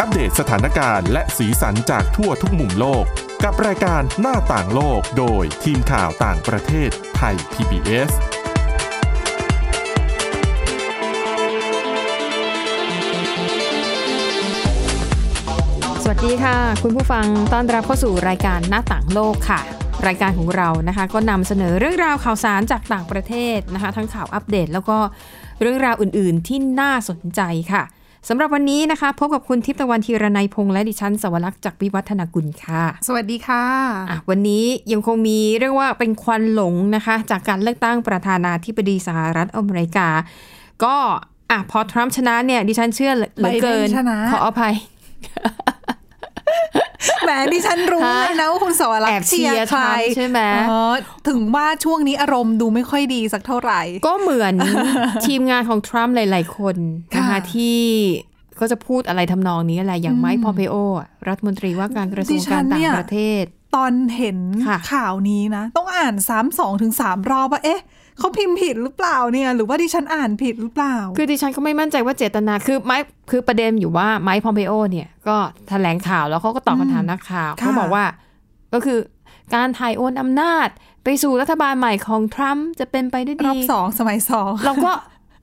อัปเดตสถานการณ์และสีสันจากทั่วทุกมุมโลก กับรายการหน้าต่างโลกโดยทีมข่าวต่างประเทศไทย PBS สวัสดีค่ะ คุณผู้ฟังต้อนรับเข้าสู่รายการหน้าต่างโลกค่ะ รายการของเรานะคะ ก็นำเสนอเรื่องราวข่าวสารจากต่างประเทศนะคะ ทั้งข่าวอัปเดตแล้วก็เรื่องราวอื่นๆ ที่น่าสนใจค่ะสำหรับวันนี้นะคะ พบกับคุณทิพย์ตะวันธีรนัยพงษ์และดิฉันสวรักษ์จากวิวัฒนากุลค่ะ สวัสดีค่ะ อ่ะวันนี้ยังคงมีเรียกว่าเป็นควันหลงนะคะ จากการเลือกตั้งประธานาธิบดีสหรัฐอเมริกา ก็อ่ะพอทรัมป์ชนะเนี่ย ดิฉันเชื่อเหลือเกิน ไบเดนชนะ ขออภัย แหมดิฉันรู้เลยนะว่าคุณสวรัก แอบ ษ์ เชียร์ ใคร ทำใช่ไหม อ๋อถึงว่าช่วงนี้อารมณ์ดูไม่ค่อยดีสักเท่าไหร่ ก็เห มือน ทีมงานของทรัมป์หลาย ๆ คนนะคะ ค่ะ ที่ก็จะพูดอะไรทำนองนี้อะไรอย่างไมค์พอมเปโออะรัฐมนตรีว่าการกระทรวงการต่างประเทศ ตอนเห็น ค่ะ ข่าวนี้นะ ต้องอ่านซ้ำสองถึงสามรอบว่าเอ๊ะเขาพิมพ์ผิดหรือเปล่าเนี่ย หรือว่าดิฉันอ่านผิดหรือเปล่า คือดิฉันก็ไม่มั่นใจว่าเจตนาคือไม้คือประเด็นอยู่ว่าไมค์พอมเปโอเนี่ยก็แถลงข่าวแล้วเขาก็ตอบคำถามนักข่าว ค่ะ เขาบอกว่า ก็คือการถ่ายโอนอำนาจไปสู่รัฐบาลใหม่ของทรัมป์จะเป็นไปด้วย ร ดี อบสองสมัยสอง เราก็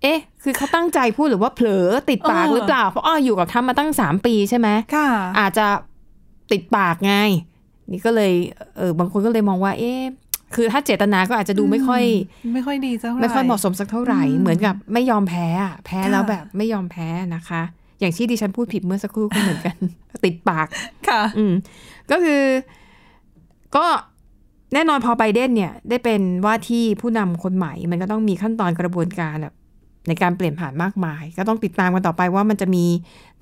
เอ๊ะ คือเขาตั้งใจพูดหรือว่าเผลอติดปาก เออ หรือเปล่าเพราะอ้ออยู่กับทรัมป์มาตั้งสามปีใช่ไหม ค่ะ อาจจะติดปากไง นี่ก็เลยเออบางคนก็เลยมองว่า เอ๊ะคือถ้าเจตนาก็อาจจะดูไม่ค่อย ไม่ค่อยดีสักเท่าไหร่ ไม่ค่อยเหมาะสมสักเท่าไหร่ อืม เหมือนกับไม่ยอมแพ้อะแพ้ ค่ะ แล้วแบบไม่ยอมแพ้นะคะ อย่างที่ดิฉันพูดผิดเมื่อสักครู่ก็เหมือนกัน ติดปาก ค่ะ อืมก็คือก็แน่นอนพอไบเดนเนี่ย ได้เป็นว่าที่ผู้นำคนใหม่ มันก็ต้องมีขั้นตอนกระบวนการแบบในการเปลี่ยนผ่านมากมาย ก็ต้องติดตามกันต่อไปว่ามันจะมี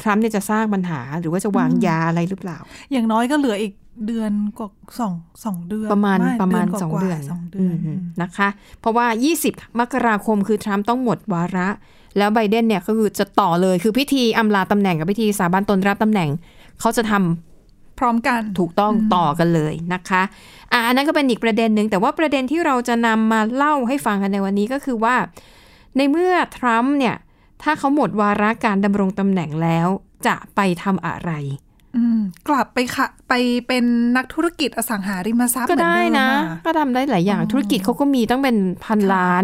ทรัมป์เนี่ยจะสร้างปัญหา หรือว่าจะวางยาอะไรหรือเปล่า อย่างน้อยก็เหลืออีกเดือนกว่าสองสองเดือน ประมาณ ไ ประมาณ กว่ สอง กว่า เดือน สองเดือน มนะคะ เพราะว่า 20 มกราคมคือทรัมป์ต้องหมดวาระ แล้วไบเดนเนี่ยก็คือจะต่อเลยคือพิธีอำลาตำแหน่งกับพิธีสาบานตนรับตำแหน่ง เขาจะทำ พร้อมกัน ถูกต้องต่อกันเลยนะคะอ่ะอันนั้นก็เป็นอีกประเด็นหนึ่งแต่ว่าประเด็นที่เราจะนำมาเล่าให้ฟังกันในวันนี้ก็คือว่า ในเมื่อทรัมป์เนี่ยถ้าเขาหมดวาระการดำรงตำแหน่งแล้วจะไปทำอะไร อืมกลับไปค่ะ ไปเป็นนักธุรกิจอสังหาริมทรัพย์ ก็ได้นะ เหมือเดิมอ ก็ทำได้หลายอย่าง อ๋อ ธุรกิจเขาก็มีตั้งเป็นพัน ค่ะ ล้าน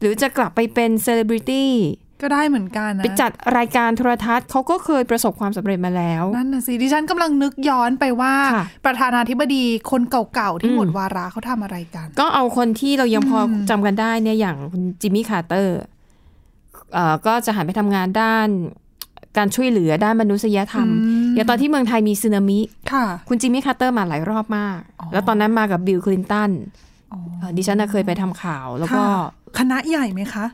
หรือจะกลับไปเป็นเซเลบริตี้ ก็ได้เหมือนกันนะ ไปจัดรายการโทรทัศน์เขาก็เคยประสบความสำเร็จมาแล้ว นั่นนะสิดิฉันกำลังนึกย้อนไปว่า ค่ะ ประธานาธิบดีคนเก่าๆ ที่ อืม หมดวาระเขาทำอะไรกัน ก็เอาคนที่เรายังพอจำกันได้เนี่ยอย่างคุณจิมมี่คาร์เตอร์เอ่อก็จะหันไปทำงานด้านการช่วยเหลือด้านมนุษยธรรม อืม อย่างตอนที่เมืองไทยมีสึนามิ ค่ะ คุณจิมมี่คาร์เตอร์มาหลายรอบมาก อ๋อ แล้วตอนนั้นมากับบิลคลินตัน อ๋อ เอ่อดิฉันน่ะเคยไปทำข่าวแล้วก็ ค่ะคณะใหญ่ไหมคะ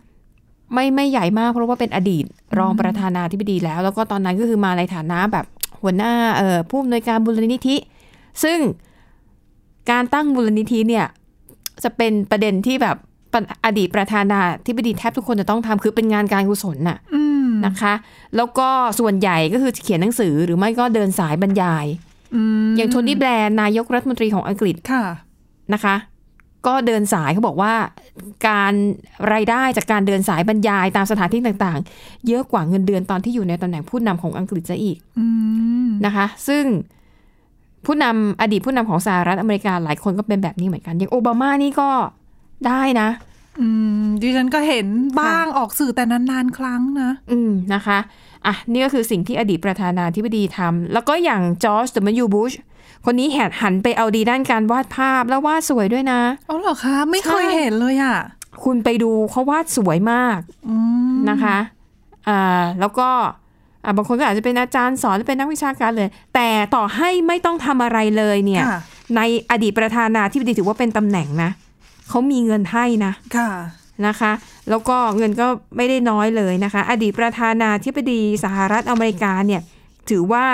ไม่ไม่ใหญ่มากเพราะว่าเป็นอดีตรองประธานาธิบดีแล้ว แล้วก็ตอนนั้นก็คือมาในฐานะแบบหัวหน้าเอ่อผู้อำนวยการมูลนิธิ ซึ่งการตั้งมูลนิธิเนี่ยจะเป็นประเด็นที่แบบประอดีตประธานาธิบดีแทบทุกคนจะต้องทำคือเป็นงานการกุศลน่ะ อืม นะคะ แล้วก็ส่วนใหญ่ก็คือเขียนหนังสือหรือไม่ก็เดินสายบรรยาย อืม อย่างโทนี่แบรนด์นายกรัฐมนตรีของอังกฤษ ค่ะ นะคะก็เดินสายเขาบอกว่าการรายได้จากการเดินสายบรรยายตามสถานที่ต่างๆ เยอะกว่าเงินเดือนตอนที่อยู่ในตำแหน่งผู้นำของอังกฤษซะอีก อืม นะคะ ซึ่งผู้นำอดีตผู้นำของสหรัฐอเมริกาหลายคนก็เป็นแบบนี้เหมือนกัน อย่างโอบามานี่ก็ได้นะ อืมดิฉันก็เห็นบ้างออกสื่อแต่นานๆครั้งนะ อืมนะคะอ่ะนี่ก็คือสิ่งที่อดีตประธานาธิบดีทำแล้วก็อย่างจอร์จดัมยูบุชคนนี้แหนหันไปเอาดีด้านการวาดภาพแล้ววาดสวยด้วยนะ เอาเหรอคะ ไม่เคย ใช่ เห็นเลยอ่ะ คุณไปดูเขาวาดสวยมาก อืม นะคะอ่าแล้วก็อ่าบางคนก็อาจจะเป็นอาจารย์สอนหรือเป็นนักวิชาการเลย แต่ต่อให้ไม่ต้องทำอะไรเลยเนี่ย ค่ะ ในอดีตประธานาธิบดีถือว่าเป็นตำแหน่งนะ เขามีเงินให้นะ ค่ะ นะคะ แล้วก็เงินก็ไม่ได้น้อยเลยนะคะ อดีตประธานาธิบดีสหรัฐอเมริกาเนี่ย ถือว่า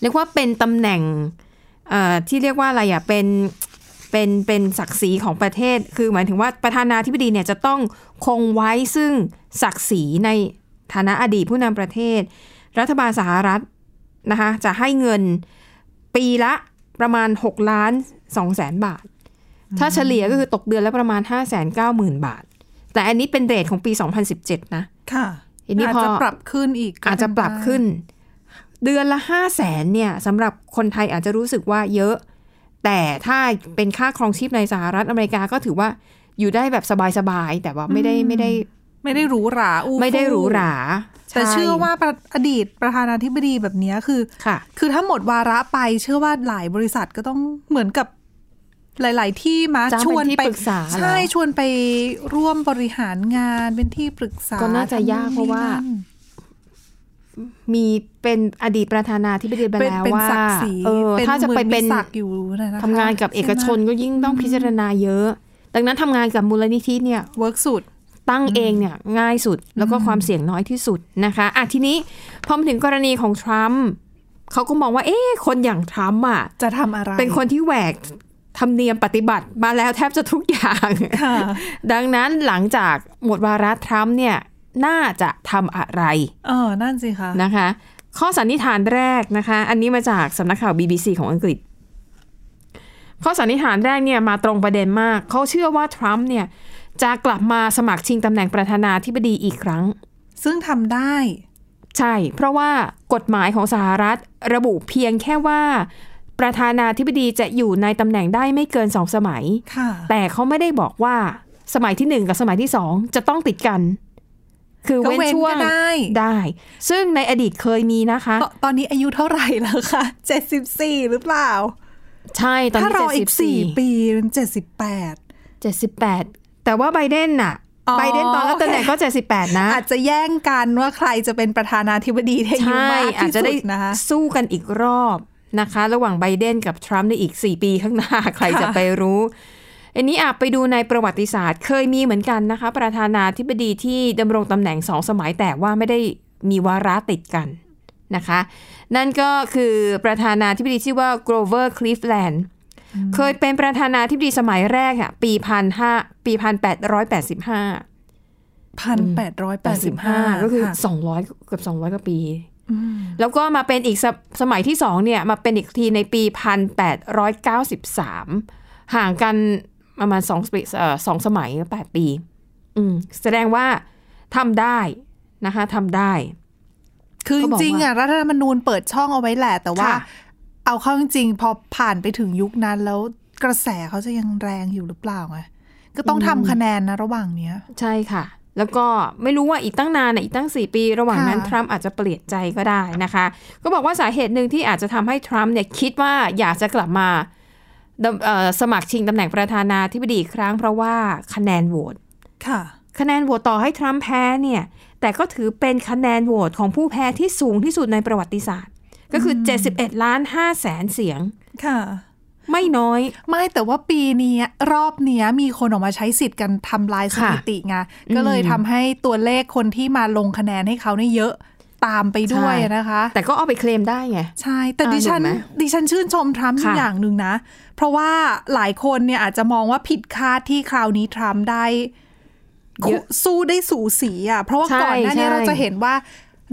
เรียกว่าเป็นตำแหน่งเอ่อที่เรียกว่าอะไรอ่ะเป็นเป็นเป็นศักดิ์ศรีของประเทศ คือหมายถึงว่าประธานาธิบดีเนี่ยจะต้องคงไว้ซึ่งศักดิ์ศรีในฐานะอดีตผู้นำประเทศ รัฐบาลสหรัฐนะคะจะให้เงินปีละประมาณ6ล้าน2แสนบาท ถ้าเฉลี่ยก็คือตกเดือนละประมาณ 5 9 0 0 0 0 บาท แต่อันนี้เป็นเรทของปี 2017 นะ ค่ะ ทีนี้ อาจ พอ จะปรับขึ้นอีกก็ อาจจะปรับ เป็ได้ ขึ้น เดือนละห้าแสนเนี่ยสำหรับคนไทยอาจจะรู้สึกว่าเยอะ แต่ถ้าเป็นค่าครองชีพในสหรัฐอเมริกาก็ถือว่าอยู่ได้แบบสบายๆ แต่ว่าไม่ได้ไม่ได้ ไม่ได้หรูหราอู้ฟู่ ไม่ได้หรูหรา แต่ ใ เชื่อว่าประอดีตประธานาธิบดีแบบเนี้ยคือ ค่ะ คือถ้าหมดวาระไปเชื่อว่าหลายบริษัทก็ต้องเหมือนกับหลาย ๆ ที่มา จ้าง ชวน เป็นที่ปรึกษา ใช่ เหรอ ชวนไปร่วมบริหารงานเป็นที่ปรึกษา ก็น่าจะยากเพราะว่า ทำนู่น มีเป็นอดีตประธานาธิบดีไป เป็น แล้ว เป็น ว่า ศักดิ์ศรี เออ เป็น ถ้าจะไปเป็น มือมีศักดิ์อยู่นะคะ ทำงานกับเอกชนก็ยิ่งต้องพิจารณาเยอะ ดังนั้นทำงานกับมูลนิธิเนี่ย เวิร์กสุด ตั้งเองเนี่ยง่ายสุดแล้วก็ความเสี่ยงน้อยที่สุดนะคะอ่ะทีนี้พอมาถึงกรณีของทรัมป์เขาก็มองว่า เอ๊ะคนอย่างทรัมป์อ่ะ จะทำอะไร เป็นคนที่แหวกธรรมเนียมปฏิบัติมาแล้วแทบจะทุกอย่าง ค่ะ ดังนั้นหลังจากหมดวาระทรัมป์เนี่ยน่าจะทำอะไร เออ นั่นสิคะ นะคะ ข้อสันนิษฐานแรกนะคะ อันนี้มาจากสำนักข่าว BBC ของอังกฤษ ข้อสันนิษฐานแรกเนี่ยมาตรงประเด็นมากเขาเชื่อว่าทรัมป์เนี่ยจะกลับมาสมัครชิงตำแหน่งประธานาธิบดีอีกครั้ง ซึ่งทำได้ ใช่ เพราะว่ากฎหมายของสหรัฐระบุเพียงแค่ว่า ประธานาธิบดีจะอยู่ในตำแหน่งได้ไม่เกินสองสมัย ค่ะ แต่เขาไม่ได้บอกว่าสมัยที่หนึ่งกับสมัยที่สองจะต้องติดกัน คือ ก็ เว้น เว้น ช่วง ก็ได้ ได้ ซึ่งในอดีตเคยมีนะคะ ตตอนนี้อายุเท่าไหร่แล้วคะเจ็ดสิบสี่หรือเปล่า ใช่ตอน ถ้ารอ นี้ อีกสี่ 74 ปีเป็นเจ็ดสิบแปด 78 แต่ว่าไบเดนน่ะ อ๋อ ไบเดนตอนรับตำแหน่ง โอเค ก็ 78 นะ อาจจะแย่งกันว่าใครจะเป็นประธานาธิบดีที่อายุ ใช่ มาก อาจ ที่ จะ สุ ได้ ดนะคะ สู้กันอีกรอบนะคะ ระหว่างไบเดนกับทรัมป์ในอีก 4 ปีข้างหน้า ใครจะไปรู้ อันนี้อาจไปดูในประวัติศาสตร์ เคยมีเหมือนกันนะคะ ประธานาธิบดีที่ดำรงตำแหน่งสองสมัยแต่ว่าไม่ได้มีวาระติดกันนะคะ นั่นก็คือประธานาธิบดีชื่อว่า Grover Cleveland เคยเป็นประธานาธิบดีสมัยแรกอะปีพันห้าปีพันแปดร้อยแปดสิบห้า พันแปดร้อยแปดสิบห้า 85 ก็คือ ะ 200เกือบ200 กว่าปี อืม แล้วก็มาเป็นอีกสสมัยที่สองเนี่ย มาเป็นอีกทีในปี 1893 ห่างกันประมาณสองปีเอ่อสองสมัยแปดปี อืมแสดงว่าทำได้นะคะทำได้ คือจ เขาบอก ริงๆอ่ะรัฐธรรมนูญเปิดช่องเอาไว้แหละ แต่ว่า ค่ะ เอาเข้าจริงๆพอผ่านไปถึงยุคนั้นแล้วกระแสเขาจะยังแรงอยู่หรือเปล่าไงก็ต้องทำคะแนนนะระหว่างเนี้ย ใช่ค่ะ แล้วก็ไม่รู้ว่าอีกตั้งนานน่ะอีกตั้ง 4 ปี ระหว่างนั้น ค่ะ ทรัมป์อาจจะเปลี่ยนใจก็ได้นะคะ ก็บอกว่าสาเหตุหนึ่งที่อาจจะทำให้ทรัมป์เนี่ยคิดว่าอยากจะกลับมาดำเอ่อสมัครชิงตำแหน่งประธานาธิบดีอีกครั้งเพราะว่าคะแนนโหวต ค่ะ คะแนนโหวตต่อให้ทรัมป์แพ้เนี่ย แต่ก็ถือเป็นคะแนนโหวตของผู้แพ้ที่สูงที่สุดในประวัติศาสตร์ ก็คือ 71 ล้าน5แสนเสียง ค่ะ ไม่น้อย ไม่แต่ว่าปีเนี้ยรอบเนี้ยมีคนออกมาใช้สิทธิ์กันทำลายสถิติไงก็เลยทำให้ตัวเลขคนที่มาลงคะแนนให้เขาเนี่ยเยอะตามไปด้วย ใช่ นะคะ แต่ก็เอาไปเคลมได้ไง ใช่ แต่ อ่า ดิฉัน ถูกไหม ดิฉันชื่นชมทรัมป์อยู่ ค่ะ อย่างหนึ่งนะ เพราะว่าหลายคนเนี่ยอาจจะมองว่าผิดคาดที่คราวนี้ทรัมป์ได้คุ เยอะ สู้ได้สูสีอ่ะ เพราะว่า ใช่ ก่อนหน้านี้ ใช่ เราจะเห็นว่า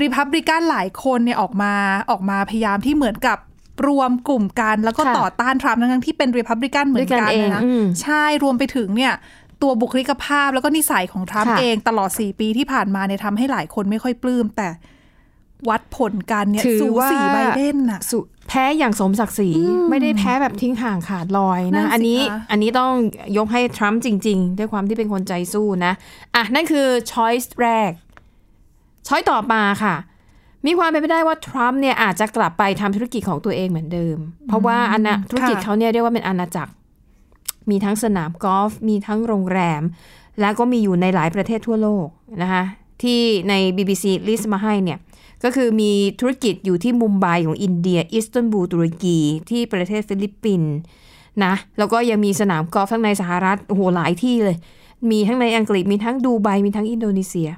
ริพับริกันหลายคนเนี่ยออกมาออกมาพยายามที่เหมือนกับรวมกลุ่มกัน แล้วก็ต่อต้านทรัมป์ทั้งๆที่เป็นริพับริกันเหมื ด้ อ วย น กัน กัน เอง นะ อืม ใช่รวมไปถึงเนี่ย ตัวบุคลิกภาพแล้วก็นิสัยของทรัมป์ ค่ะ เองตลอด 4 ปีที่ผ่านมาเนี่ยทำให้หลายคนไม่ค่อยปลื้ม แต่วัดผลกันเนี่ย ถือ สู ว่า สีไบเดนน่ะ สุแพ้อย่างสมศักดิ์ศรีไม่ได้แพ้แบบทิ้งห่างขาดลอย นั่ นะ นสิ อันนี้ คะ อันนี้ต้องยกให้ทรัมป์จริง ๆ ด้วยความที่เป็นคนใจสู้นะอ่ะนั่นคือช้อยส์แรกช้อยต่อมาค่ะ มีความเป็นไปได้ว่าทรัมป์เนี่ยอาจจะกลับไปทำธุรกิจของตัวเองเหมือนเดิม เพราะว่าอันนะธุรกิจเขาเนี่ยเรียกว่าเป็นอาณาจักร มีทั้งสนามกอล์ฟมีทั้งโรงแรม แล้วก็มีอยู่ในหลายประเทศทั่วโลกนะคะที่ใน BBC ลิสต์มาให้เนี่ย ก็คือมีธุรกิจอยู่ที่มุมไบของอินเดีย อิสตันบูลตุรกี ที่ประเทศฟิลิปปินส์นะ แล้วก็ยังมีสนามกอล์ฟทั้งในสหรัฐโอ้โหหลายที่เลย มีทั้งในอังกฤษมีทั้งดูไบมีทั้งอินโดนีเซีย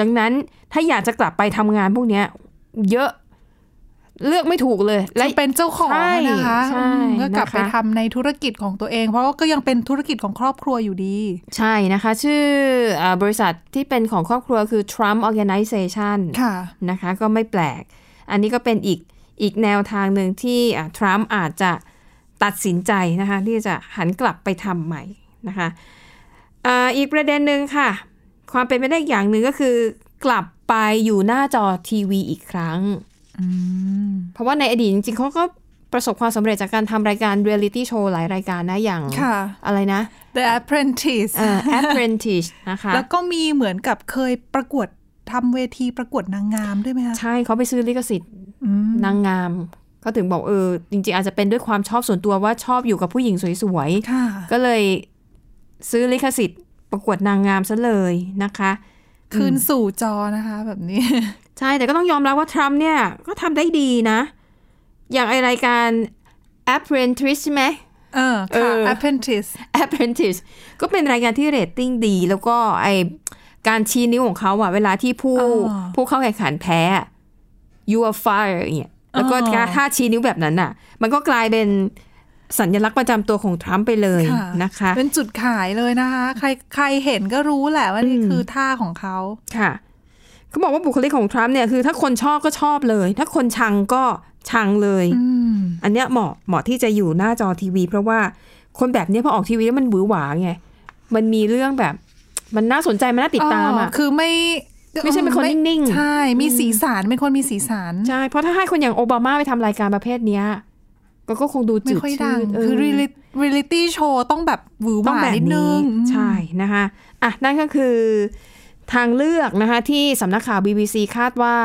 ดังนั้นถ้าอยากจะกลับไปทำงานพวกเนี้ยเยอะเลือกไม่ถูกเลย และเป็นเจ้าของอะนะคะ ใช่ อืมก็กลับ นะคะ ไปทำในธุรกิจของตัวเอง เพราะว่าก็ยังเป็นธุรกิจของครอบครัวอยู่ดี ใช่นะคะ ชื่อเออบริษัทที่เป็นของครอบครัวคือ Trump Organization ค่ะ นะคะก็ไม่แปลก อันนี้ก็เป็นอีกอีกแนวทางหนึ่งที่อ่ะทรัมป์อาจจะตัดสินใจนะคะที่จะหันกลับไปทำใหม่นะคะอ่าอีกประเด็นหนึ่งค่ะ ความเป็นไปได้อย่างหนึ่งก็คือกลับไปอยู่หน้าจอทีวีอีกครั้ง อืม เพราะว่าในอดีตจริงๆเขาก็ประสบความสำเร็จจากการทำรายการเรียลิตี้โชว์หลายรายการนะอย่าง ค่ะ อะไรนะ The Apprentice เอ่อ Apprentice นะคะ แล้วก็มีเหมือนกับเคยประกวดทำเวทีประกวดนางงามด้วยไหมคะ ใช่เขาไปซื้อลิขสิทธิ์ อืม นางงามก็ถึงบอกเออจริง ๆ อาจจะเป็นด้วยความชอบส่วนตัวว่าชอบอยู่กับผู้หญิงสวยๆ ค่ะ ก็เลยซื้อลิขสิทธิ์ประกวดนางงามซะเลยนะคะ คืนสู่จอนะคะแบบนี้ ใช่แต่ก็ต้องยอมรับว่าทรัมป์เนี่ย ก็ทำได้ดีนะ อย่างไอรายการ Apprentice ใช่ไหม เออ เอ ค่ะ อ Apprentice Apprentice ก็เป็นรายการที่เรตติ้งดี แล้วก็ไอการชี้นิ้วของเขาอะเวลาที่ผู้ อ๋อ ผู้เข้าแข่งขันแพ้ you are fire อย่างเนี่ยแล้วก็ อ๋อ ถ้าชี้นิ้วแบบนั้นอะมันก็กลายเป็นสัญลักษณ์ประจำตัวของทรัมป์ไปเลย ค่ะ นะคะ เป็นจุดขายเลยนะคะ ใครใครเห็นก็รู้แหละว่านี่ อืม คือท่าของเขา ค่ะเขาบอกว่าบุคลิกของทรัมป์เนี่ยคือถ้าคนชอบก็ชอบเลย ถ้าคนชังก็ชังเลย อืม อันเนี้ยเหมาะเหมาะที่จะอยู่หน้าจอทีวี เพราะว่าคนแบบเนี้ยพอออกทีวีแล้วมันหวือหวาไงมันมีเรื่องแบบมันน่าสนใจมันน่าติดตามอ่ะ คือไม่ ไม่ใช่เป็นคนนิ่งๆ ใช่ มีสีสันเป็นคนมีสีสัน ใช่เพราะถ้าให้คนอย่างโอบามาไปทำรายการประเภทเนี้ยก็ก็คงดู ไม่ จืด ค่อย ชื ดัง ดเ คือเรียลิตี้โชว์ต้องแบบหวือห ต้อง วา แบบ นิดนึ นี้ ง ใช่นะคะอ่ะนั่นก็คือทางเลือกนะคะที่สำนักข่าว BBC คาดว่า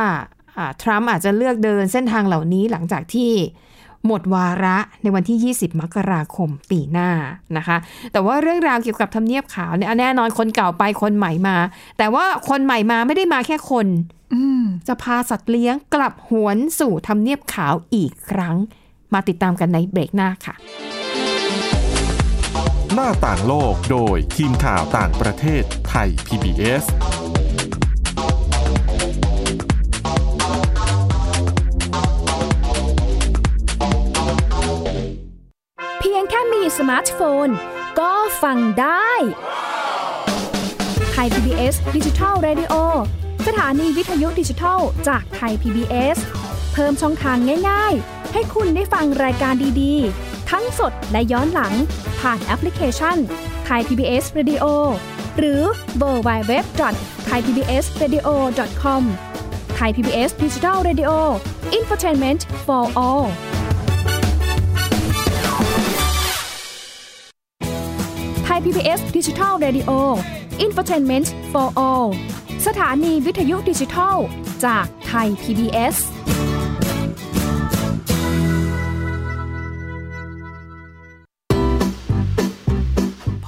อ่าทรัมป์อาจจะเลือกเดินเส้นทางเหล่านี้หลังจากที่หมดวาระในวันที่ 20 มกราคมปีหน้านะคะ แต่ว่าเรื่องราวเกี่ยวกับทำเนียบขาวเนี่ยอ่ะแน่นอนคนเก่าไปคนใหม่มา แต่ว่าคนใหม่มาไม่ได้มาแค่คน อืม จะพาสัตว์เลี้ยงกลับหวนสู่ทำเนียบขาวอีกครั้ง มาติดตามกันในเบรกหน้าค่ะ หน้าต่างโลกโดยทีมข่าวต่างประเทศไทย PBS เพียงแค่มีสมาร์ทโฟน ก็ฟังได้ไทย PBS ดิจิทัล Radio สถานีวิทยุดิจิทัลจากไทย PBS เพิ่มช่องทางง่ายๆ ให้คุณได้ฟังรายการดีๆ ทั้งสดและย้อนหลัง ผ่านแอปพลิเคชันไทย PBS Radio หรือเวอร์ไบเว็บไทยพีบีเอสเรดิโอคอมไทยพีบีเอสดิจิทัลเรดิโออินฟอร์ทนเมนต์ for all ไทย PBS ดิจิทัล Radio Infotainment for All สถานีวิทยุดิจิทัล จากไทย PBS พ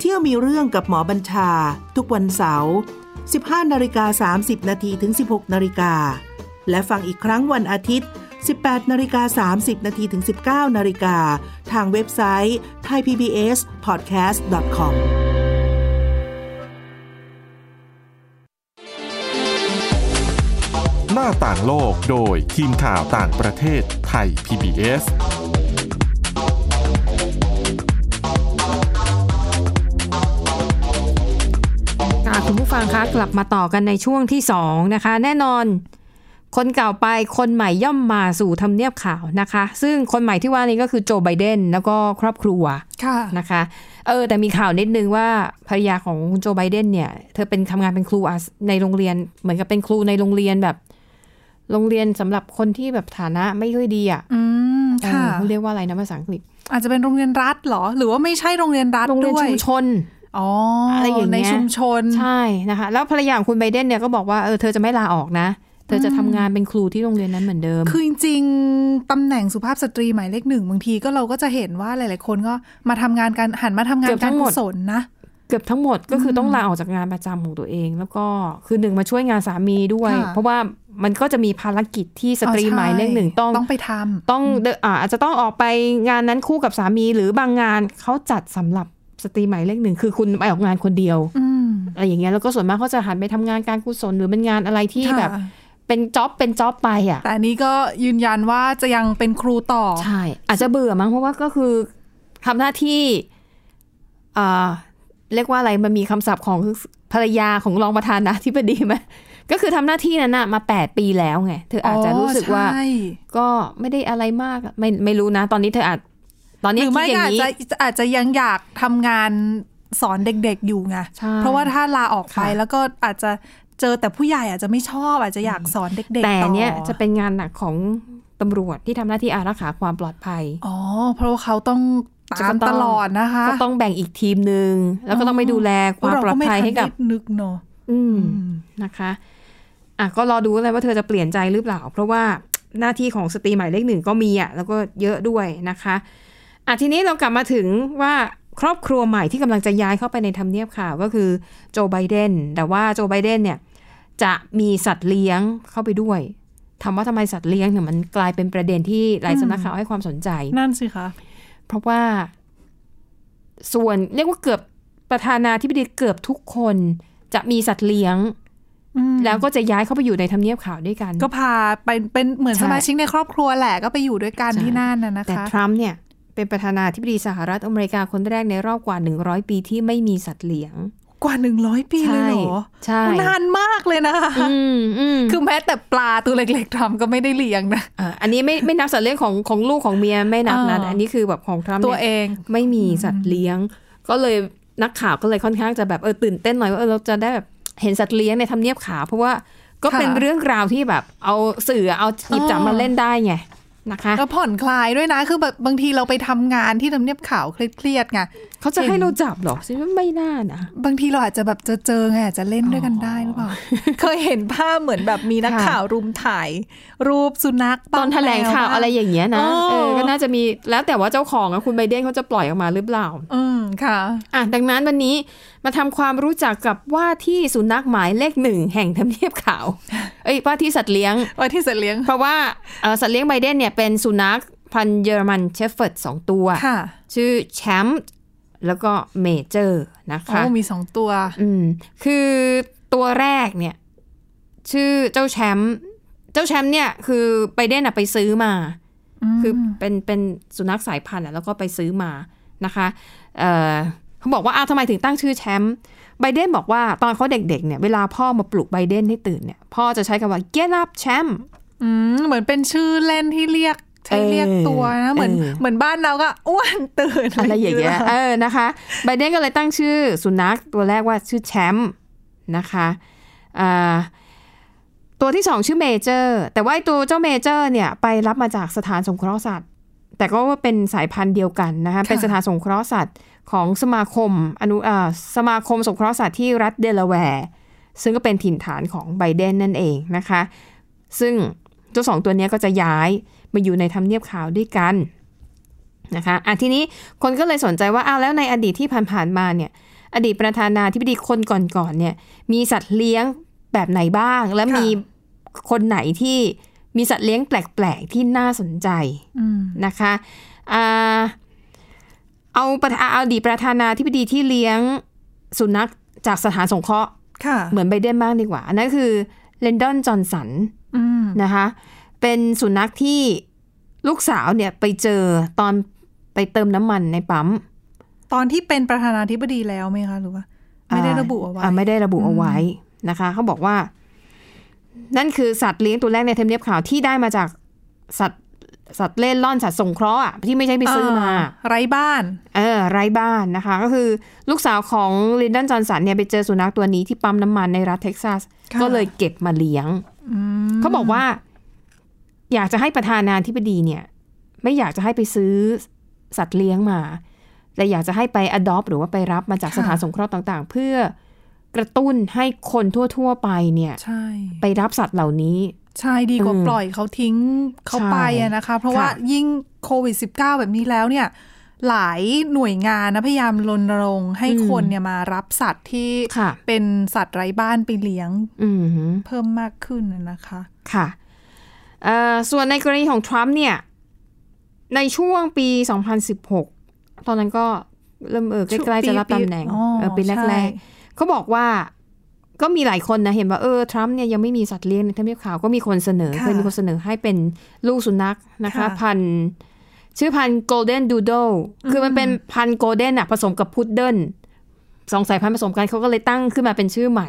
เที่ยวมีเรื่องกับหมอบัญชา ทุกวันเสาร์ 15นาฬิกา30นาทีถึง 16นาฬิกาและฟังอีกครั้งวันอาทิตย์ 18นาฬิกา30นาทีถึง 19นาฬิกาทางเว็บไซต์ thaipbspodcast.com หน้าต่างโลกโดยทีมข่าวต่างประเทศไทย PBS ค่ะคุณผู้ฟังคะกลับมาต่อกันในช่วงที่ 2 นะคะ แน่นอน คนเก่าไปคนใหม่ย่อมมาสู่ทำเนียบขาวนะคะ ซึ่งคนใหม่ที่ว่านี้ก็คือโจไบเดนแล้วก็ครอบครัว ค่ะ นะคะเออแต่มีข่าวนิดนึงว่าภรรยาของคุณโจไบเดนเนี่ย เธอเป็นทำงานเป็นครูอาสในโรงเรียน เหมือนกับเป็นครูในโรงเรียนแบบ โรงเรียนสำหรับคนที่แบบฐานะไม่ค่อยดีอ่ะ อืม เอ ค่ะ อเขาเรียกว่าอะไรนะภาษาอังกฤษ อาจจะเป็นโรงเรียนรัฐเหรอ หรือว่าไม่ใช่โรงเรียนรัฐ โรงเรียน ด้วย ชุมชน อ๋ออะไร อย่างเงี้ ใน ย ชุมชน ใช่นะคะแล้วภรรยาของคุณไบเดนเนี่ยก็บอกว่าเออเธอจะไม่ลาออกนะ เธอจะทำงานเป็นครูที่โรงเรียนนั้นเหมือนเดิม คือจริงๆตำแหน่งสุภาพสตรีหมายเลขหนึ่งบางทีก็เราก็จะเห็นว่าหลาย ๆ คนก็มาทำงานกันหันมาทำงา เกื น อบทั้ การ งหม กุ ด ศลนะ เกือบทั้งหมดก็คือต้องลาออกจากงานประจำของตัวเอง แล้วก็คือหนึ่งมาช่วยงานสามีด้วย เพราะว่ามันก็จะมีภารกิจที่สตรี อ๋อใช่ หมายเลขหนึ่งต้อง ต้องไปทำ ต้องเดินอาอาจจะต้องออกไปงานนั้นคู่กับสามี หรือบางงานเขาจัดสำหรับสตรีหมายเลขหนึ่งคือคุณไปออกงานคนเดียว อืม อะไรอย่างเงี้ยแล้วก็ส่วนมากเขาจะหันไปทำงานการกุศลหรือเป็นงานอะไรที่ ค่ะ แบบ เป็นจ็อบเป็นจ็อบไปอ่ะ แต่อันนี้ก็ยืนยันว่าจะยังเป็นครูต่อ ใช่ อาจจะเบื่อมั้งเพราะว่าก็คือทำหน้าที่เอ่อเรียกว่าอะไรมันมีคำศัพท์ของภรรยาของรองประธานาธิบดีไหม ก็คือทำหน้าที่นั้นนะมา 8 ปีแล้วไง เธออาจจะรู้สึกว่า อ๋อใช่ ก็ไม่ได้อะไรมากไม่ไม่รู้นะ ตอนนี้เธออาจตอน ห นี้ รือ คิ ไม่ ดอย่า ก็ ง อาจ นี้ จะอาจจะยังอยากทำงานสอนเด็กๆอยู่ไง ใช่ เพราะว่าถ้าลาออกไป ค่ะ แล้วก็อาจจะเจอแต่ผู้ใหญ่อาจจะไม่ชอบอาจจะอยากสอนเด็กๆ แต่ ต่อ เนี้ยจะเป็นงานหนักของตำรวจที่ทำหน้าที่อารักขาความปลอดภัย อ๋อเพราะว่าเขาต้องตามตลอดนะคะ ก็ต้องแบ่งอีกทีมหนึ่งแล้วก็ต้องไปดูแลความปลอดภัยให้กับ เรไม่ทันได้นึกเนาะ อืมนะคะอ่ะก็รอดูเลยว่าเธอจะเปลี่ยนใจหรือเปล่า เพราะว่าหน้าที่ของสตรีหมายเลขหนึ่งก็มีอ่ะแล้วก็เยอะด้วยนะคะอ่ะทีนี้เรากลับมาถึงว่าครอบครัวใหม่ที่กำลังจะย้ายเข้าไปในทำเนียบข่าวก็คือโจไบเดนแต่ว่าโจไบเดนเนี่ยจะมีสัตว์เลี้ยงเข้าไปด้วยถามว่าทำไมสัตว์เลี้ยงเนี่ยมันกลายเป็นประเด็นที่หลายสำนักข่าวให้ความสนใจ นั่นสิคะ เพราะว่าส่วนเรียกว่าเกือบประธานาธิบดีเกือบทุกคนจะมีสัตว์เลี้ยง อืม แล้วก็จะย้ายเข้าไปอยู่ในทำเนียบขาวด้วยกัน ก็พาไปเป็นเหมือน ใช่ สมาชิกในครอบครัวแหละก็ไปอยู่ด้วยกัน ใช่ ที่นั่นน่ะนะ แต่ คะ ทรัมป์เนี่ยเป็นประธานาธิบดีสหรัฐอเมริกาคนแรกในรอบกว่า 100 ปีที่ไม่มีสัตว์เลี้ยง กว่าหนึ่งร้อยปีเลยเหรอ ใช่ นานมากเลยนะคะ อืมอืม คือแม้แต่ปลาตัวเล็กๆทำก็ไม่ได้เลี้ยงนะ อ่ะอันนี้ไม่ไม่นับสัตว์เลี้ยงของของลูกของเมียไม่นับนะ อ่า แต่อันนี้คือแบบของทรัมป์ ตัว เนี่ย เอง ไม่มีสัตว์เลี้ยง ก็เลยนักข่าวก็เลยค่อนข้างจะแบบเออตื่นเต้นหน่อยว่าเออเราจะได้แบบเห็นสัตว์เลี้ยงในทำเนียบขาวเพราะว่าก็เป็น ค่ะ เรื่องราวที่แบบเอาสื่อเอาหยิบจับ อ๋อ มาเล่นได้ไงนะคะ แล้วผ่อนคลายด้วยนะ คือแบบบางทีเราไปทำงานที่ทำเนียบขาวเครียดๆไง เขาจะให้เราจับเหรอฉันว่าไม่น่านะ บางทีเราอาจจะแบบจะเจอไงอาจจะเล่นด้วยกันได้หรือเปล่า เคยเห็นภาพเหมือนแบบมีนัก ค่ะ ข่าวรุมถ่าย รูปสุนัข ต บ้า อนแถลงข่าว มบ้ อะไรอย่างเงี้ยนะ อ๋อ เออก็น่าจะมีแล้วแต่ว่าเจ้าของอะคุณไบเดนเขาจะปล่อยออกมาหรือเปล่า อืมค่ะ อ่ะดังนั้นวันนี้มาทำความรู้จักกับว่าที่สุนัขหมายเลขหนึ่งแห่งทำเนียบขาว เอ้ยว่าที่สัตว์เลี้ยง ว่าที่สัตว์เลี้ยง เพราะว่าเอ่อสัตว์เลี้ยงไบเดนเนี่ยเป็นสุนัขพันธุ์เยอรมันเชฟเฟิร์ดสองตัว ค่ะ ชื่อแชมป์แล้วก็เมเจอร์นะคะ โอ้มีสองตัว อืมคือตัวแรกเนี่ย ชื่อเจ้าแชมป์เจ้าแชมป์เนี่ยคือไบเดนอะไปซื้อมา คือเป็นเป็นสุนัขสายพันธุ์อะแล้วก็ไปซื้อมานะคะเอ่อเขาบอกว่าอ้าวทำไมถึงตั้งชื่อแชมป์ไบเดนบอกว่าตอนเขาเด็กๆเนี่ยเวลาพ่อมาปลุกไบเดนให้ตื่นเนี่ยพ่อจะใช้คำว่า get up แชมป์ อืมเหมือนเป็นชื่อเล่นที่เรียกใช้เรียกตัวนะ เหมือน เออ เหมือนบ้านเราก็อ้วนตื่น อะไรอย่างเงี้ย เออ นะคะ ไบเดนก็เลยตั้งชื่อสุนัขตัวแรกว่าชื่อแชมป์นะคะอ่าตัวที่สองชื่อเมเจอร์ แต่ว่าไอ้ตัวเจ้าเมเจอร์เนี่ยไปรับมาจากสถานสงเคราะห์สัตว์ แต่ก็ว่าเป็นสายพันธุ์เดียวกันนะคะ เป็นสถานสงเคราะห์สัตว์ของสมาคมอนุอ่าสมาคมสงเคราะห์สัตว์ที่รัฐเดลาแวร์ ซึ่งก็เป็นถิ่นฐานของไบเดนนั่นเองนะคะ ซึ่งเจ้าสองตัวเนี้ยก็จะย้ายมาอยู่ในทำเนียบขาวด้วยกัน นะคะอ่ะทีนี้คนก็เลยสนใจว่าอ้าวแล้วในอดีตที่ผ่านๆมาเนี่ย อดีตประธานาธิบดีคนก่อนๆเนี่ย มีสัตว์เลี้ยงแบบไหนบ้าง และมีคนไหนที่มีสัตว์เลี้ยงแปลกๆที่น่าสนใจนะคะอ่าเอาประธาเอาอดีตประธานาธิบดีที่เลี้ยงสุนัขจากสถานสงเคราะห์ ค่ะ เหมือนไบเดนบ้างดีกว่า อันนั้นคือเลนดอนจอห์นสัน อืม นะคะเป็นสุนัขที่ลูกสาวเนี่ยไปเจอตอนไปเติมน้ำมันในปั๊ม ตอนที่เป็นประธานาธิบดีแล้วไหมคะหรือว่า ไม่ได้ระบุเอาไว้ ไม่ได้ระบุเอาไว้นะคะเขาบอกว่า นั่นคือสัตว์เลี้ยงตัวแรกในเทมเนียบข่าวที่ได้มาจากสัตว์สัตว์เล่นล่อนสัตว์สงเคราะห์อะที่ไม่ใช่ไปซื้อมา ไร้บ้าน เออไร้บ้านนะคะ ก็คือลูกสาวของลินดอนจอห์นสันเนี่ยไปเจอสุนัขตัวนี้ที่ปั๊มน้ำมันในรัฐเท็กซัส ค่ะ ก็เลยเก็บมาเลี้ยง เขาบอกว่า อยากจะให้ประธานาธิบดีเนี่ย ไม่อยากจะให้ไปซื้อสัตว์เลี้ยงมา แต่อยากจะให้ไป adopt หรือว่าไปรับมาจากสถานสงเคราะห์ต่างๆ เพื่อกระตุ้นให้คนทั่วๆไปเนี่ย ใช่ ไปรับสัตว์เหล่านี้ ใช่ดีกว่า อืม ปล่อยเขาทิ้งเขา ใช่ ไปอะนะคะ เพราะ ค่ะ ว่ายิ่งโควิด -19 แบบนี้แล้วเนี่ย หลายหน่วยงานนะพยายามรณรงค์ให้คนเนี่ยมารับสัตว์ที่ ค่ะ เป็นสัตว์ไร้บ้านไปเลี้ยง อือหือ เพิ่มมากขึ้นน่ะนะคะ ค่ะเอ่อส่วนในกรณีของทรัมป์เนี่ย ในช่วงปี 2016 ตอนนั้นก็เริ่มเออใกล้ๆจะรับตำแหน่ง ช่วงปี เออปี อ๋อใช่ แรกๆเขาบอกว่า ก็มีหลายคนนะเห็นว่าเออทรัมป์เนี่ยยังไม่มีสัตว์เลี้ยงในทำเนียบขาวก็มีคนเสนอ ค่ะ เคยมีคนเสนอให้เป็นลูกสุนัขนะคะ ค่ะ พันธุ์ชื่อพันธุ์ golden doodle คือมันเป็นพันธุ์ golden อะผสมกับ poodle สองสายพันธุ์ผสมกันเขาก็เลยตั้งขึ้นมาเป็นชื่อใหม่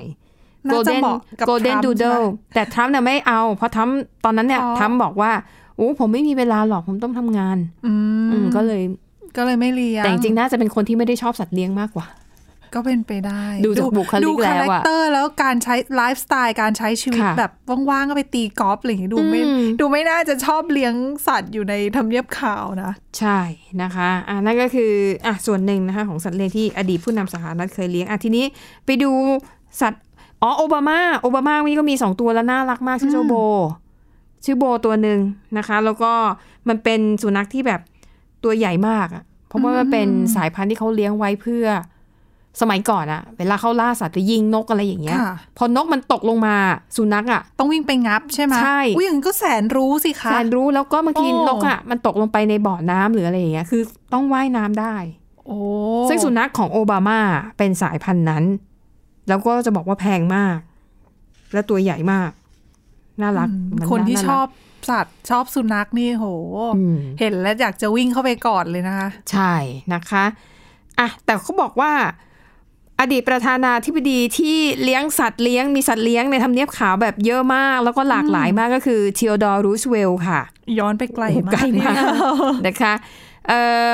น่าจะเหมาะกับ golden Trump ใช่ไห doodle แต่ทรัมป์เนี่ยไม่เอา เพราะทรัมป์ตอนนั้นเนี่ย อ๋อ ทรัมป์บอกว่าโอ้ผมไม่มีเวลาหรอกผมต้องทำงาน อืม อืมก็เลย ก็เลยไม่เลี้ยง แต่จริงๆน่าจะเป็นคนที่ไม่ได้ชอบสัตว์เลี้ยงมากกว่า ก็เป็นไปได้ ดูจากบุคลิก ดู แล้อะคาวแรคเตอร์แล้วการใช้ไลฟ์สไตล์การใช้ชีวิต ค่ะ แบบว่างๆก็ไปตีกอล์ฟอะไรอย่างงี้ดูไม่ อืม ดูไม่น่าจะชอบเลี้ยงสัตว์อยู่ในทำเนียบขาวนะ ใช่นะคะอ่ะนั่นก็คืออ่ะส่วนหนึ่งนะคะของสัตว์เลี้ยงที่อดีตผู้นำสหรัฐเคยเลี้ยงอ่ะทีนี้ไปดูสัตว์อ๋อโอบามาโอบามาวันนี้ก็มี 2 ตัวแล้วน่ารักมากชื่อเจ้าโบ ชื่อโบตัวหนึ่งนะคะ แล้วก็มันเป็นสุนัขที่แบบตัวใหญ่มากอะเพราะว่ามันเป็นสายพันธุ์ที่เขาเลี้ยงไว้เพื่อ สมัยก่อนอะเวลาเขาล่าสัตว์ไปยิงนกอะไรอย่างเงี้ย ค่ะ พอนกมันตกลงมาสุนัขอะ ต้องวิ่งไปงับใช่ไหม ใช่ อุ้ยอย่างนี้ก็แสนรู้สิคะ แสนรู้แล้วก็บางที โอ้ นกอะมันตกลงไปในบ่อน้ำหรืออะไรอย่างเงี้ยคือต้องว่ายน้ำได้ โอ้ ซึ่งสุนัขของโอบามาเป็นสายพันธุ์นั้น แล้วก็จะบอกว่าแพงมาก และตัวใหญ่มาก น่ารัก อืม มั คนที่ ารัก ชอบสัตว์ชอบสุนัขนี่โห อืม เห็นแล้วอยากจะวิ่งเข้าไปกอดเลยนะคะ ใช่นะคะอ่ะแต่เขาบอกว่า อดีตประธานาธิบดีที่เลี้ยงสัตว์เลี้ยงมีสัตว์เลี้ยงในทำเนียบขาวแบบเยอะมาก แล้วก็หลากหลายมากก็คือเทียดอรูสเวลค่ะ ย้อนไปไกล โอ้ มา ใก ก ล้มาก ทีเดียว นะคะ เอ่อ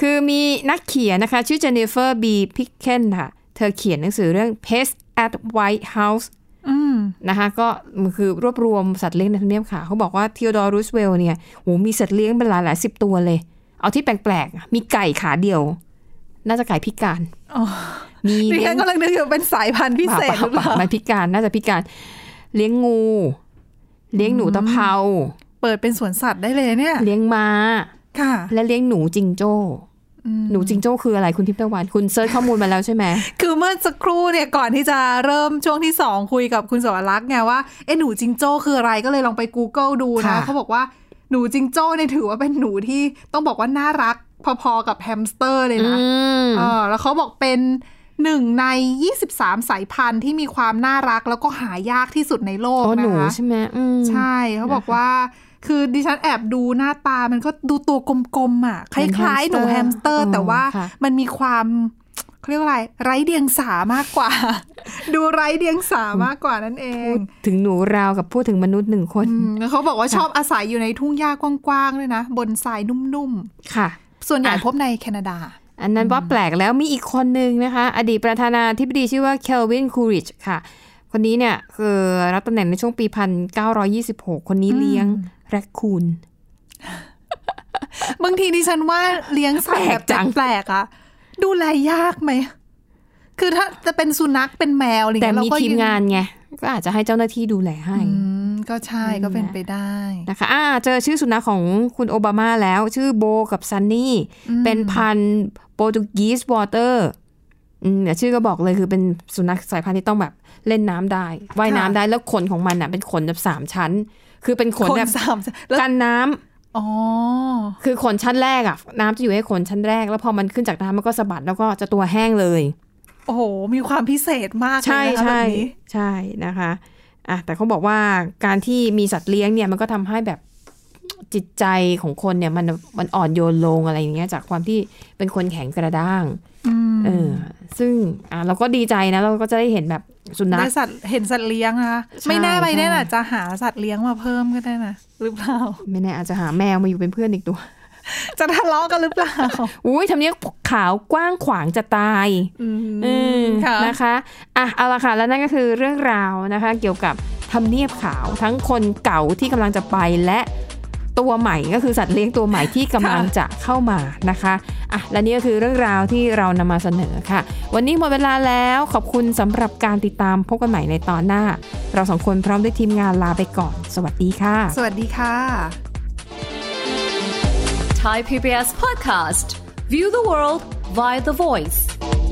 คือมีนักเขียนนะคะ ชื่อเจเนฟเฟอร์บีพิกเคนค่ะ เธอเขียนหนังสือเรื่อง Pest at White House อืม นะคะก็คือรวบรวมสัตว์เลี้ยงในทำเนียบขาวเขาบอกว่าทีโอดอร์รูสเวลเนี่ยโหมีสัตว์เลี้ยงเป็นหลายหลายสิบตัวเลย เอาที่แปลกๆ มีไก่ขาเดียว น่าจะไก่พิการ อ๋อ มี ดิ เลี้ ฉั ยงนกำลังนึกอยู่เป็นสายพันธุ์พิเศษหรือเปล่า ไม่พิการน่าจะพิการ เลี้ยงงู เลี้ยงหนูตะเภา เปิดเป็นสวนสัตว์ได้เลยเนี่ย เลี้ยงม้า ค่ะ และเลี้ยงหนูจิงโจ้ หนูจิงโจ้คืออะไรคุณทิพย์ตะวัน คุณเซิร์ชข้อมูลมาแล้วใช่ไหม คือเมื่อสักครู่เนี่ยก่อนที่จะเริ่มช่วงที่สองคุยกับคุณสวรักษ์ไงว่าเอ๊ะหนูจิงโจ้คืออะไรก็เลยลองไป Google ดูนะ ค่ะ เขาบอกว่าหนูจิงโจ้เนี่ยถือว่าเป็นหนูที่ต้องบอกว่าน่ารักพอๆกับแฮมสเตอร์เลยนะ ม เออแล้วเขาบอกเป็นหนึ่งใน 23 สายพันธุ์ที่มีความน่ารักแล้วก็หายากที่สุดในโลก โอ้ห นะ นู คะ ใช่ไหมอืม ใช่เขาบอกว่า คือดิฉันแอบดูหน้าตามันก็ดูตัวกลมๆอ่ะคล้ายๆ หนูแฮมสเตอร์ อืม แต่ว่า ค่ะ มันมีความเขาเรียกว่าอะไร ไร้เดียงสามากกว่า ดูไร้เดียงสามากกว่านั่นเอ พู ง ดถึงหนูราวกับพูดถึงมนุษย์หนึ่งคน อืมแล้วเขาบอกว่าชอบอาศัยอยู่ในทุ่งหญ้ากว้างๆด้วยนะ บนทรายนุ่ม ค่ะ ๆ ส่วนใหญ่ อ่ะ พบในแคนาดา อันนั้นว่าแปลกแล้วมีอีกคนนึงนะคะ อดีตประธานาธิบดีชื่อว่าเคลวินคูริชค่ะ คนนี้เนี่ยคือรับตำแหน่งในช่วงปี 1926 คนนี้เลี้ยงแรคคูน บางทีดิฉันว่าเลี้ยงสัตว์แบบ แปลกจัง แปลกๆอะดูแลยากไหม คือถ้าจะเป็นสุนัขเป็นแมวอะไร แต่ เงี้ยเรา มี ก็ ทีมงาน ยัง ไง ก็อาจจะให้เจ้าหน้าที่ดูแลให้ อืมก็ใช่ก็เป็นไปได้ นะคะอ่าเจอชื่อสุนัขของคุณโอบามาแล้ว ชื่อโบกับซันนี่ เป็นพันธุ์โปรตุเกีสวอเตอร์อืมเนี่ยชื่อก็บอกเลยคือเป็นสุนัขสายพันธุ์ที่ต้องแบบเล่นน้ำได้ ว่ายน้ำได้ แล้วขนของมันอ่ะเป็นขนแบบสามชั้น คือเป็นขน คน แบบ สามแล้ว กันน้ำ อ๋อ คือขนชั้นแรกอ่ะ น้ำจะอยู่ให้ขนชั้นแรก แล้วพอมันขึ้นจากน้ำมันก็สะบัดแล้วก็จะตัวแห้งเลย โอ้โห มีความพิเศษมากเลย ใช่ นะคะแบ ใช่ บนี้ ใช่นะคะอ่ะแต่เขาบอกว่าการที่มีสัตว์เลี้ยงเนี่ยมันก็ทำให้แบบจิตใจของคนเนี่ยมันมันอ่อนโยนลงอะไรอย่างเงี้ยจากความที่เป็นคนแข็งกระด้างเออซึ่งอ่ะเราก็ดีใจนะเราก็จะได้เห็นแบบสุนัข ได้สัตว์เห็นสัตว์เลี้ยงนะคะ ใช่ ไม่แน่ไป ใช่ ได้น่ะจะหาสัตว์เลี้ยงมาเพิ่มก็ได้นะหรือเปล่า ไม่แน่อาจจะหาแมวมาอยู่เป็นเพื่อนอีกตัว จะทะเลาะกันหรือเป ล่า อุ้ยทำเนียบขาวกว้างขวางจะตาย อืม อืม ค่ะ นะคะอ่ะเอาละค่ะแล้วนั่นก็คือเรื่องราวนะคะ เกี่ยวกับทำเนียบขาวทั้งคนเก่าที่กำลังจะไปและ ตัวใหม่ก็คือสัตว์เลี้ยงตัวใหม่ที่กำลังจะเข้ามานะคะอ่ะและนี่ก็คือเรื่องราวที่เรานำมาเสนอค่ะ วันนี้หมดเวลาแล้วขอบคุณสำหรับการติดตามพบกันใหม่ในตอนหน้า เราสองคนพร้อมด้วยทีมงานลาไปก่อน สวัสดีค่ะ สวัสดีค่ะ Thai PBS podcast. View the world via the voice.